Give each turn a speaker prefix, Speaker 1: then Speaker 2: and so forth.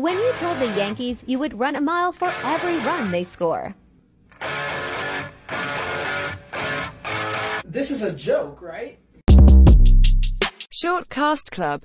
Speaker 1: When you told the Yankees you would run a mile for every run they score.
Speaker 2: This is a joke, right?
Speaker 3: Short Cast Club